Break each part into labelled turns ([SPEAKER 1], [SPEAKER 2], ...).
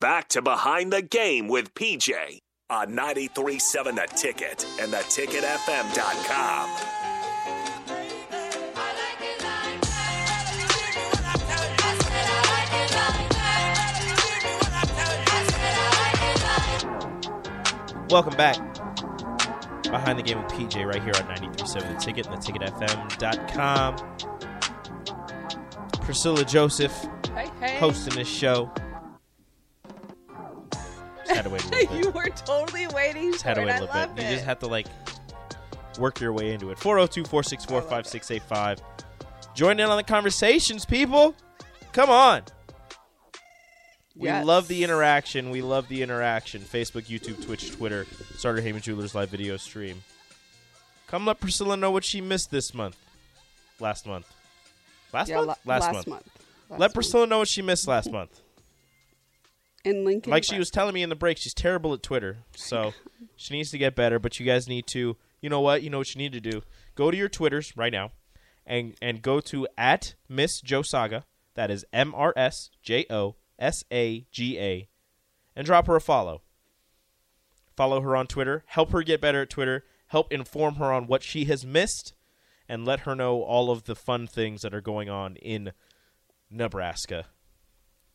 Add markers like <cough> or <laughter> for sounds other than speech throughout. [SPEAKER 1] back to Behind the Game with PJ on 937 The Ticket and theticketfm.com.
[SPEAKER 2] Welcome back. Behind the game with PJ right here on 937 The Ticket and theticketfm.com. Priscilla Joseph
[SPEAKER 3] Hey, hey.
[SPEAKER 2] hosting this show. Just had to wait a
[SPEAKER 3] <laughs>
[SPEAKER 2] little bit.
[SPEAKER 3] <laughs> you were totally waiting
[SPEAKER 2] just had
[SPEAKER 3] for
[SPEAKER 2] to wait
[SPEAKER 3] it.
[SPEAKER 2] a
[SPEAKER 3] I
[SPEAKER 2] little bit.
[SPEAKER 3] love
[SPEAKER 2] You just
[SPEAKER 3] it.
[SPEAKER 2] had to like work your way into it. 402 464 5685. Join in on the conversations, people. Come on. We
[SPEAKER 3] Yes.
[SPEAKER 2] love the interaction. We love the interaction. Facebook, YouTube, Twitch, Twitter. Starter Heyman Jewelers live video stream. Come let Priscilla know what she missed this month. Last month. Last
[SPEAKER 3] yeah,
[SPEAKER 2] month?
[SPEAKER 3] la-
[SPEAKER 2] last,
[SPEAKER 3] last
[SPEAKER 2] month. let
[SPEAKER 3] Last month.
[SPEAKER 2] Priscilla know what she missed last month.
[SPEAKER 3] in Lincoln.
[SPEAKER 2] Like she was telling me in the break, she's terrible at Twitter. So
[SPEAKER 3] <laughs>
[SPEAKER 2] she needs to get better, but you guys need to you know what? You know what you need to do. Go to your Twitters right now and and go to at Miss Joe Saga. That is M R S J O S A G A. And drop her a follow. Follow her on Twitter. Help her get better at Twitter. Help inform her on what she has missed and let her know all of the fun things that are going on in Nebraska,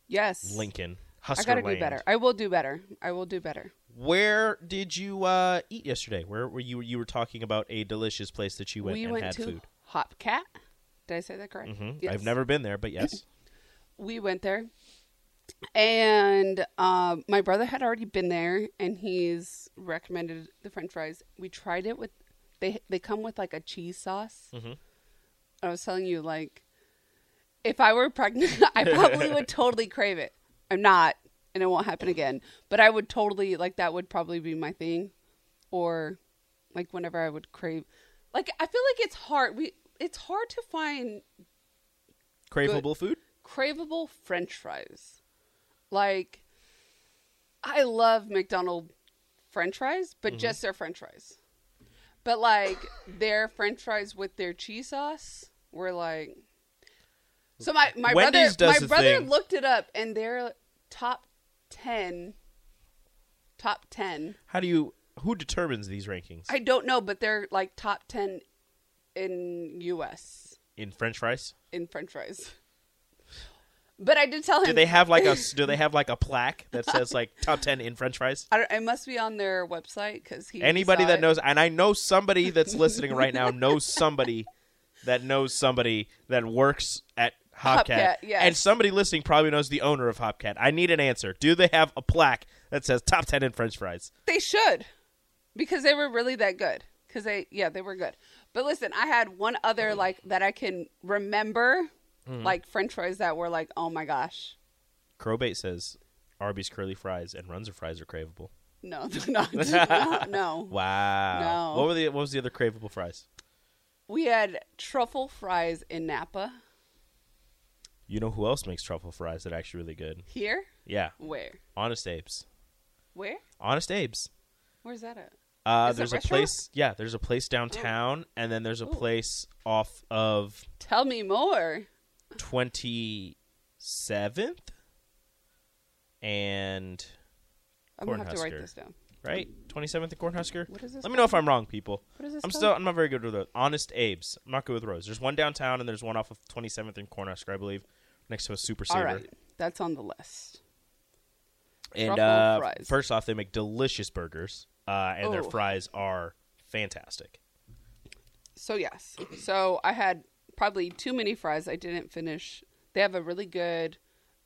[SPEAKER 3] yes.
[SPEAKER 2] Lincoln,
[SPEAKER 3] I
[SPEAKER 2] Husker
[SPEAKER 3] gotta
[SPEAKER 2] land.
[SPEAKER 3] do better. I will do better. I will do better.
[SPEAKER 2] Where did you uh, eat yesterday? Where were you? You were talking about a delicious place that you went
[SPEAKER 3] we
[SPEAKER 2] and
[SPEAKER 3] went
[SPEAKER 2] had
[SPEAKER 3] to
[SPEAKER 2] food.
[SPEAKER 3] Hopcat. Did I say that correct?
[SPEAKER 2] hmm
[SPEAKER 3] Yes.
[SPEAKER 2] I've never been there, but yes.
[SPEAKER 3] We went there, and um, my brother had already been there, and he's recommended the French fries. We tried it with they they come with like a cheese sauce.
[SPEAKER 2] Mhm.
[SPEAKER 3] I was telling you like, if I were pregnant, <laughs> I probably would totally crave it. I'm not, and it won't happen again. But I would totally like that. Would probably be my thing, or like whenever I would crave. Like I feel like it's hard. We it's hard to find
[SPEAKER 2] Craveable food.
[SPEAKER 3] craveable french fries. Like I love McDonald french fries,
[SPEAKER 2] Mm-hmm.
[SPEAKER 3] but just their french fries. But like their french fries with their cheese sauce were like So my my
[SPEAKER 2] Wendy's
[SPEAKER 3] brother
[SPEAKER 2] does
[SPEAKER 3] my
[SPEAKER 2] the
[SPEAKER 3] brother
[SPEAKER 2] thing.
[SPEAKER 3] looked it up and their top 10 top 10.
[SPEAKER 2] How do you? Who determines these rankings?
[SPEAKER 3] I don't know, but they're like top 10 in US
[SPEAKER 2] In French fries?
[SPEAKER 3] in french fries. But I did tell him
[SPEAKER 2] Do they have like a?
[SPEAKER 3] <laughs>
[SPEAKER 2] s- do they have like a plaque that says like top ten in French fries?
[SPEAKER 3] I don't, it must be on their website because he.
[SPEAKER 2] Anybody
[SPEAKER 3] saw
[SPEAKER 2] that
[SPEAKER 3] it.
[SPEAKER 2] knows, and I know somebody that's listening right now knows somebody that knows somebody that works at Hopcat,
[SPEAKER 3] Hopcat, yes.
[SPEAKER 2] and somebody listening probably knows the owner of Hopcat. I need an answer. Do they have a plaque that says "Top Ten in French Fries"?
[SPEAKER 3] they should, because they were really that good. Because they, yeah, they were good. But listen, I had one
[SPEAKER 2] Mm.
[SPEAKER 3] other like that I can remember,
[SPEAKER 2] Mm-hmm.
[SPEAKER 3] like French fries that were like, oh my gosh,
[SPEAKER 2] Crobate says Arby's curly fries and Runza fries are craveable.
[SPEAKER 3] no, <laughs>
[SPEAKER 2] <laughs>
[SPEAKER 3] they're not, no, no.
[SPEAKER 2] Wow.
[SPEAKER 3] No.
[SPEAKER 2] What were the What was the other craveable fries?
[SPEAKER 3] We had truffle fries in Napa.
[SPEAKER 2] You know who else makes truffle fries that are actually really good?
[SPEAKER 3] Here,
[SPEAKER 2] Yeah,
[SPEAKER 3] where,
[SPEAKER 2] Honest Abe's.
[SPEAKER 3] where,
[SPEAKER 2] Honest Abe's.
[SPEAKER 3] where's that at?
[SPEAKER 2] Uh,
[SPEAKER 3] Is it
[SPEAKER 2] there's a
[SPEAKER 3] restaurant?
[SPEAKER 2] place, yeah. There's a place downtown, and then there's a
[SPEAKER 3] Ooh.
[SPEAKER 2] place off of
[SPEAKER 3] Tell me more.
[SPEAKER 2] Twenty Seventh and
[SPEAKER 3] I'm gonna have to write
[SPEAKER 2] Cornhusker.
[SPEAKER 3] this down.
[SPEAKER 2] right Twenty Seventh and Cornhusker.
[SPEAKER 3] What is this?
[SPEAKER 2] Let me know if I'm wrong, people.
[SPEAKER 3] What is this?
[SPEAKER 2] I'm
[SPEAKER 3] called?
[SPEAKER 2] still I'm not very good with those. Honest Abe's. I'm not good with roads. There's one downtown and there's one off of Twenty Seventh and Cornhusker, I believe, next to a Super
[SPEAKER 3] All
[SPEAKER 2] Saver.
[SPEAKER 3] right, that's on the list.
[SPEAKER 2] And
[SPEAKER 3] Truffle
[SPEAKER 2] uh,
[SPEAKER 3] fries.
[SPEAKER 2] first off, they make delicious burgers, uh, and their
[SPEAKER 3] Ooh.
[SPEAKER 2] fries are fantastic.
[SPEAKER 3] So yes. So I had probably too many fries. I didn't finish. They have a really good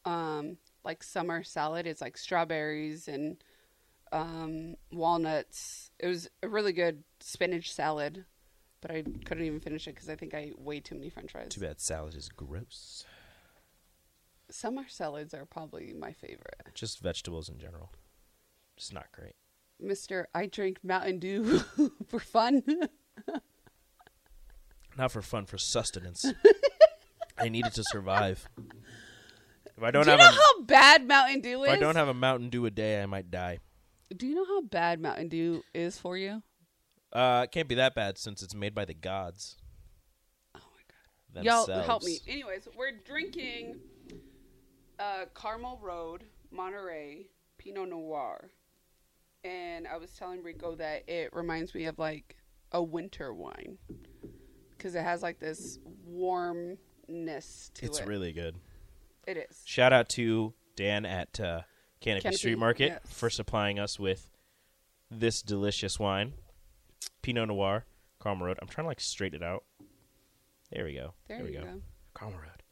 [SPEAKER 3] um like summer salad. It's like strawberries and um walnuts. It was a really good spinach salad, but I couldn't even finish it cuz I think I ate way too many french fries.
[SPEAKER 2] Too bad salad is gross.
[SPEAKER 3] Summer salads are probably my favorite.
[SPEAKER 2] Just vegetables in general. Just not great.
[SPEAKER 3] Mr. I drink Mountain Dew <laughs> for fun.
[SPEAKER 2] Not for fun, for
[SPEAKER 3] <laughs>
[SPEAKER 2] sustenance. I need it to survive. If I don't
[SPEAKER 3] Do you
[SPEAKER 2] have
[SPEAKER 3] know
[SPEAKER 2] a,
[SPEAKER 3] how bad Mountain Dew is?
[SPEAKER 2] if I don't have a Mountain Dew a day, I might die.
[SPEAKER 3] Do you know how bad Mountain Dew is for you?
[SPEAKER 2] Uh, it can't be that bad since it's made by the gods. Oh my god!
[SPEAKER 3] Y'all help me. Anyways, we're drinking uh, Carmel Road Monterey Pinot Noir. And I was telling Rico that it reminds me of like a winter wine because it has like this warmness to
[SPEAKER 2] It's
[SPEAKER 3] it.
[SPEAKER 2] really good.
[SPEAKER 3] it is.
[SPEAKER 2] Shout out to Dan at uh, Canopy,
[SPEAKER 3] Canopy,
[SPEAKER 2] Street Market
[SPEAKER 3] yes.
[SPEAKER 2] for supplying us with this delicious wine, Pinot Noir, Carmel Road. I'm trying to like straighten it out. There we go.
[SPEAKER 3] There,
[SPEAKER 2] we
[SPEAKER 3] you go.
[SPEAKER 2] Carmel Road.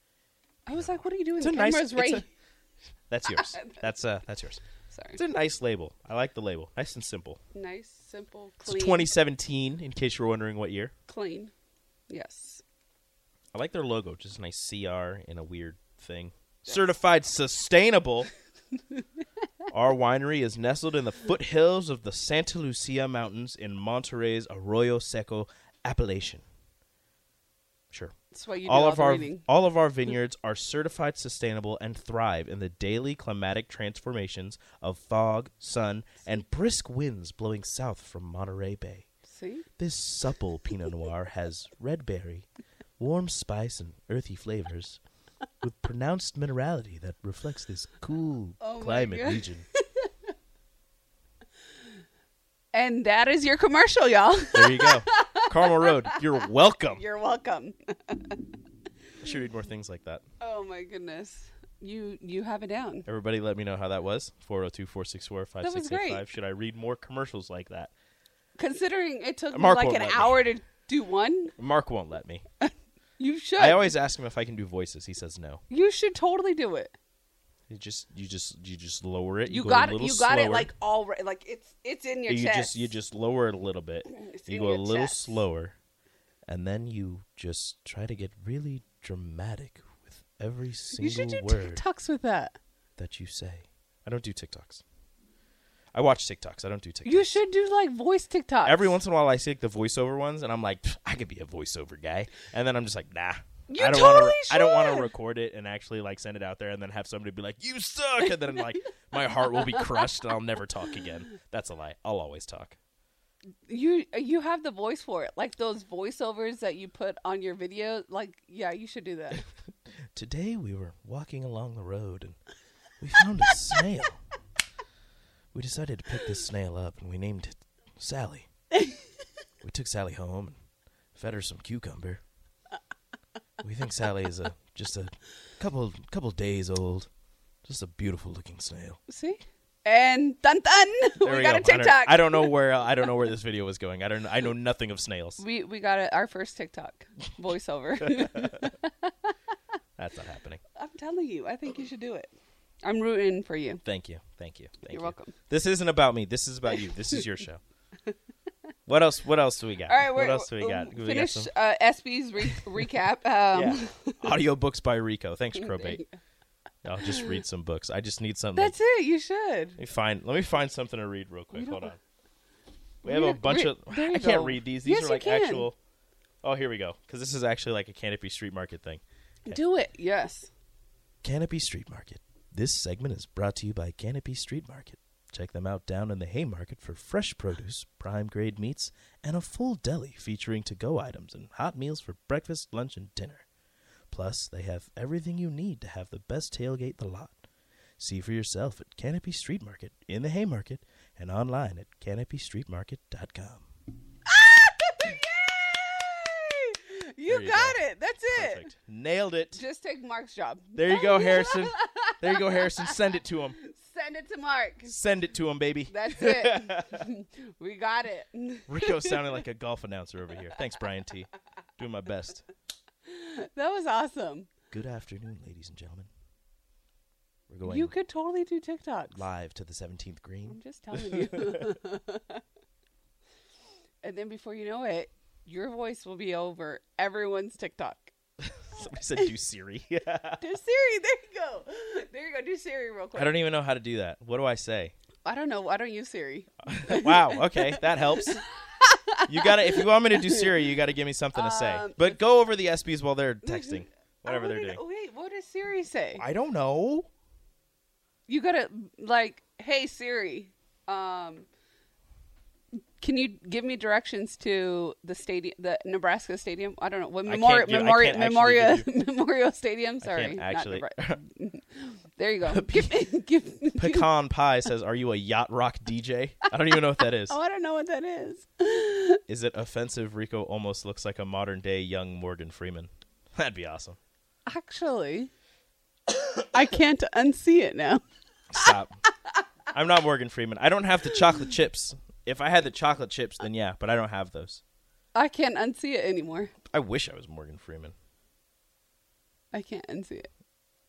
[SPEAKER 3] I was like, what are you doing?
[SPEAKER 2] It's
[SPEAKER 3] the
[SPEAKER 2] a nice.
[SPEAKER 3] camera's
[SPEAKER 2] it's
[SPEAKER 3] right.
[SPEAKER 2] a- <laughs> that's yours. that's uh. That's yours.
[SPEAKER 3] <laughs> Sorry.
[SPEAKER 2] It's a nice label. I like the label. Nice and simple.
[SPEAKER 3] Nice, simple,
[SPEAKER 2] It's
[SPEAKER 3] clean.
[SPEAKER 2] 2017. In case you're wondering what year.
[SPEAKER 3] Clean. Yes.
[SPEAKER 2] I like their logo, just a nice CR and a weird thing. Certified
[SPEAKER 3] <laughs>
[SPEAKER 2] sustainable. Our winery is nestled in the foothills of the Santa Lucia Mountains in Monterey's Arroyo Seco appellation. Sure.
[SPEAKER 3] That's why you
[SPEAKER 2] all
[SPEAKER 3] do
[SPEAKER 2] of
[SPEAKER 3] the
[SPEAKER 2] our
[SPEAKER 3] reading.
[SPEAKER 2] all
[SPEAKER 3] <laughs>
[SPEAKER 2] of our vineyards are certified sustainable and thrive in the daily climatic transformations of fog, sun, and brisk winds blowing south from Monterey Bay.
[SPEAKER 3] See?
[SPEAKER 2] This supple Pinot Noir has red berry, warm spice, and earthy flavors, with pronounced minerality that reflects this cool
[SPEAKER 3] Oh my
[SPEAKER 2] climate
[SPEAKER 3] God.
[SPEAKER 2] region.
[SPEAKER 3] And that is your commercial, y'all.
[SPEAKER 2] There you
[SPEAKER 3] <laughs>
[SPEAKER 2] go. Carmel Road, you're welcome.
[SPEAKER 3] You're welcome.
[SPEAKER 2] I should read more things like that.
[SPEAKER 3] Oh my goodness. You you have it down.
[SPEAKER 2] Everybody let me know how that was. 402 464
[SPEAKER 3] great.
[SPEAKER 2] 5685. Should I read more commercials like that?
[SPEAKER 3] Considering it took me
[SPEAKER 2] Mark
[SPEAKER 3] like
[SPEAKER 2] won't
[SPEAKER 3] an
[SPEAKER 2] let me.
[SPEAKER 3] hour to do one,
[SPEAKER 2] Mark won't let <laughs> me.
[SPEAKER 3] you should.
[SPEAKER 2] I always ask him if I can do voices. He says no.
[SPEAKER 3] you should totally do it.
[SPEAKER 2] You just you just you just lower it.
[SPEAKER 3] You
[SPEAKER 2] go
[SPEAKER 3] got
[SPEAKER 2] a
[SPEAKER 3] it.
[SPEAKER 2] little
[SPEAKER 3] You got it
[SPEAKER 2] slower.
[SPEAKER 3] like all right. Like it's it's in your
[SPEAKER 2] you
[SPEAKER 3] chest.
[SPEAKER 2] just you just lower it a little bit.
[SPEAKER 3] It's
[SPEAKER 2] you
[SPEAKER 3] in
[SPEAKER 2] go a
[SPEAKER 3] your
[SPEAKER 2] little
[SPEAKER 3] chest.
[SPEAKER 2] slower, and then you just try to get really dramatic with every
[SPEAKER 3] you should
[SPEAKER 2] single
[SPEAKER 3] do
[SPEAKER 2] word
[SPEAKER 3] TikToks with that.
[SPEAKER 2] that you say. I don't do TikToks. I watch TikToks. I don't do TikToks.
[SPEAKER 3] You should do like voice TikToks.
[SPEAKER 2] Every once in a while, I see like, the voiceover ones, and I'm like, "Pff, I could be a voiceover guy, and then I'm just like, nah.
[SPEAKER 3] You
[SPEAKER 2] I don't wanna
[SPEAKER 3] totally
[SPEAKER 2] I don't want
[SPEAKER 3] should.
[SPEAKER 2] to record it and actually like send it out there, and then have somebody be like, "You suck," and then like my heart will be crushed, and I'll never talk again. That's a lie. I'll always talk.
[SPEAKER 3] you you have the voice for it. Like those voiceovers that you put on your video. Like yeah, you should
[SPEAKER 2] <laughs>
[SPEAKER 3] do that.
[SPEAKER 2] Today we were walking along the road and we found a snail. We decided to pick this snail up and we named it Sally. We took Sally home and fed her some cucumber. We think Sally is a just a couple couple days old. Just a beautiful looking snail.
[SPEAKER 3] See? And dun dun. we, got a TikTok.
[SPEAKER 2] I don't know where I don't know where this video was going. I don't I know nothing of snails.
[SPEAKER 3] We we got a, our
[SPEAKER 2] <laughs>
[SPEAKER 3] first TikTok voiceover.
[SPEAKER 2] That's not happening.
[SPEAKER 3] I'm telling you, I think you should do it. I'm rooting for you.
[SPEAKER 2] Thank you. Thank you. Thank
[SPEAKER 3] You're
[SPEAKER 2] you.
[SPEAKER 3] welcome.
[SPEAKER 2] This isn't about me. This is about you. This is your
[SPEAKER 3] <laughs>
[SPEAKER 2] show. what else? What else do we got?
[SPEAKER 3] All right,
[SPEAKER 2] what
[SPEAKER 3] we're,
[SPEAKER 2] else do we got?
[SPEAKER 3] uh,
[SPEAKER 2] We got
[SPEAKER 3] Finish
[SPEAKER 2] some-
[SPEAKER 3] uh, SB's
[SPEAKER 2] <laughs>
[SPEAKER 3] re- recap. <laughs> Um,
[SPEAKER 2] yeah. Audiobooks by Rico. Thanks, Probate. I'll just read some books. I just need something.
[SPEAKER 3] That's it. You should.
[SPEAKER 2] let me find. Let me find something to read real quick.
[SPEAKER 3] don't-
[SPEAKER 2] Hold on. We have a
[SPEAKER 3] don't-
[SPEAKER 2] bunch
[SPEAKER 3] re-
[SPEAKER 2] of.
[SPEAKER 3] there you
[SPEAKER 2] I can't
[SPEAKER 3] go.
[SPEAKER 2] read these. These
[SPEAKER 3] Yes,
[SPEAKER 2] are
[SPEAKER 3] you
[SPEAKER 2] like
[SPEAKER 3] can.
[SPEAKER 2] actual. Oh, here we go. Because this is actually like a Canopy Street Market thing.
[SPEAKER 3] Do it. Yes.
[SPEAKER 2] Canopy Street Market. This segment is brought to you by Canopy Street Market. Check them out down in the Haymarket for fresh produce, prime grade meats, and a full deli featuring to go items and hot meals for breakfast, lunch, and dinner. Plus, they have everything you need to have the best tailgate the lot. See for yourself at Canopy Street Market in the Haymarket and online at canopystreetmarket.com.
[SPEAKER 3] <laughs> Yay! Ah! You,
[SPEAKER 2] There you
[SPEAKER 3] got
[SPEAKER 2] go.
[SPEAKER 3] it. That's it.
[SPEAKER 2] <laughs> Nailed it.
[SPEAKER 3] Just take Mark's job.
[SPEAKER 2] There you go, Harrison. There you go, <laughs> Harrison. Send it to him.
[SPEAKER 3] Send it to Mark.
[SPEAKER 2] Send it to him, baby.
[SPEAKER 3] That's
[SPEAKER 2] <laughs>
[SPEAKER 3] it. <laughs> we got it. <laughs>
[SPEAKER 2] Rico sounded like a golf announcer over here. Thanks, Brian T. Doing my best.
[SPEAKER 3] That was awesome.
[SPEAKER 2] Good afternoon, ladies and gentlemen. We're going
[SPEAKER 3] You could totally do TikToks.
[SPEAKER 2] live to the 17th
[SPEAKER 3] I'm
[SPEAKER 2] green.
[SPEAKER 3] just telling you. <laughs> and then before you know it, your voice will be over everyone's TikTok.
[SPEAKER 2] <laughs> Somebody said do Siri. <laughs>
[SPEAKER 3] Do Siri, there you go. There you go. Do Siri real quick.
[SPEAKER 2] I don't e- even know how to do that. What do I
[SPEAKER 3] <laughs>
[SPEAKER 2] say?
[SPEAKER 3] I don't know. I don't use Siri.
[SPEAKER 2] wow. Okay, that helps. You gotta. If you want me to do Siri, you gotta give me something to say.
[SPEAKER 3] Um,
[SPEAKER 2] But go over the SBs while they're texting, whatever
[SPEAKER 3] I
[SPEAKER 2] they're
[SPEAKER 3] wanna
[SPEAKER 2] doing.
[SPEAKER 3] know- Wait, what does Siri say?
[SPEAKER 2] I don't know.
[SPEAKER 3] You gotta like, hey Siri, um, Can you give me directions to the stadium, the Nebraska stadium? I don't know what
[SPEAKER 2] can't
[SPEAKER 3] Memorial
[SPEAKER 2] give- I
[SPEAKER 3] Memorial
[SPEAKER 2] can't
[SPEAKER 3] Memorial,
[SPEAKER 2] actually
[SPEAKER 3] <laughs> Memorial Stadium. Sorry,
[SPEAKER 2] can't
[SPEAKER 3] not
[SPEAKER 2] actually. <laughs>
[SPEAKER 3] Nebra- there you go. give me, <laughs> give, me-
[SPEAKER 2] Pecan Pie says, "Are you a yacht rock DJ?" I don't even know what that is.
[SPEAKER 3] <laughs> Oh, I don't know what that is.
[SPEAKER 2] Is it offensive? Rico almost looks like a modern day young Morgan Freeman. That'd be awesome.
[SPEAKER 3] Actually, I can't unsee it now.
[SPEAKER 2] Stop. <laughs> I'm not Morgan Freeman. I don't have the chocolate chips. If I had the chocolate chips, then yeah, but I don't have those.
[SPEAKER 3] I can't unsee it anymore.
[SPEAKER 2] I wish I was Morgan Freeman.
[SPEAKER 3] I can't unsee it.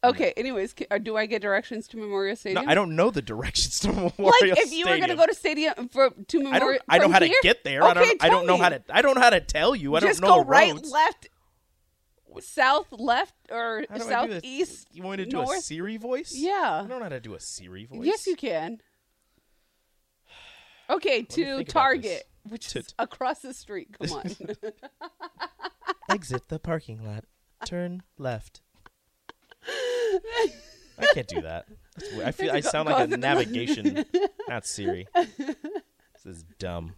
[SPEAKER 3] Okay. Anyways, ca- uh, do I get directions to Memorial
[SPEAKER 2] Mm. No,
[SPEAKER 3] Stadium?
[SPEAKER 2] I don't know the directions to <laughs> Memorial
[SPEAKER 3] Like if you were
[SPEAKER 2] Stadium.
[SPEAKER 3] going to go to stadium for to
[SPEAKER 2] I don't.
[SPEAKER 3] Memorial,
[SPEAKER 2] I know
[SPEAKER 3] from
[SPEAKER 2] how
[SPEAKER 3] here?
[SPEAKER 2] to get there.
[SPEAKER 3] Okay,
[SPEAKER 2] I don't. I
[SPEAKER 3] tell
[SPEAKER 2] don't know
[SPEAKER 3] me.
[SPEAKER 2] how to. I don't know how to tell you. I
[SPEAKER 3] Just
[SPEAKER 2] don't know
[SPEAKER 3] go
[SPEAKER 2] the
[SPEAKER 3] right,
[SPEAKER 2] roads.
[SPEAKER 3] left, south, left, or
[SPEAKER 2] How do I do this?
[SPEAKER 3] southeast.
[SPEAKER 2] You want me to do a
[SPEAKER 3] north.
[SPEAKER 2] Siri voice? I
[SPEAKER 3] Yeah.
[SPEAKER 2] don't know how to do a Siri voice.
[SPEAKER 3] Yes, you can.
[SPEAKER 2] <sighs>
[SPEAKER 3] Okay, to
[SPEAKER 2] think about
[SPEAKER 3] Target, which
[SPEAKER 2] To-
[SPEAKER 3] is across the street.
[SPEAKER 2] <laughs>
[SPEAKER 3] Come on. <laughs>
[SPEAKER 2] Exit the parking lot. Turn
[SPEAKER 3] <laughs>
[SPEAKER 2] left. I can't do that. That's weird. I feel I sound like a
[SPEAKER 3] <laughs>
[SPEAKER 2] navigation, not Siri. This is dumb.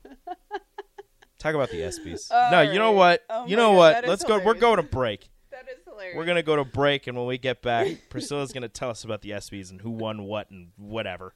[SPEAKER 2] Talk about the ESPYS. no, you know
[SPEAKER 3] right.
[SPEAKER 2] what?
[SPEAKER 3] Oh
[SPEAKER 2] you
[SPEAKER 3] my
[SPEAKER 2] know
[SPEAKER 3] God,
[SPEAKER 2] what?
[SPEAKER 3] that is
[SPEAKER 2] Let's go. We're
[SPEAKER 3] hilarious.
[SPEAKER 2] going to break.
[SPEAKER 3] that is hilarious.
[SPEAKER 2] We're gonna go to break, and when we get
[SPEAKER 3] <laughs>
[SPEAKER 2] back, Priscilla's gonna tell us about the ESPYS and who won what and whatever.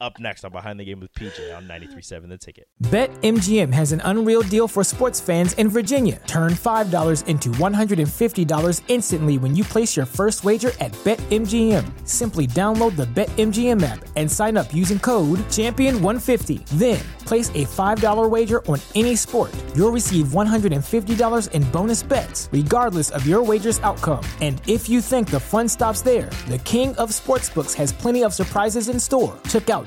[SPEAKER 2] Up next on Behind the Game with PJ on 93.7 The Ticket.
[SPEAKER 4] BetMGM has an unreal deal for sports fans in Virginia. Turn $5 into $150 instantly when you place your first wager at BetMGM. Simply download the BetMGM app and sign up using code Champion150. Then place a $5 wager on any sport. You'll receive $150 in bonus bets, regardless of your wager's outcome. And if you think the fun stops there, the King of Sportsbooks has plenty of surprises in store. Check out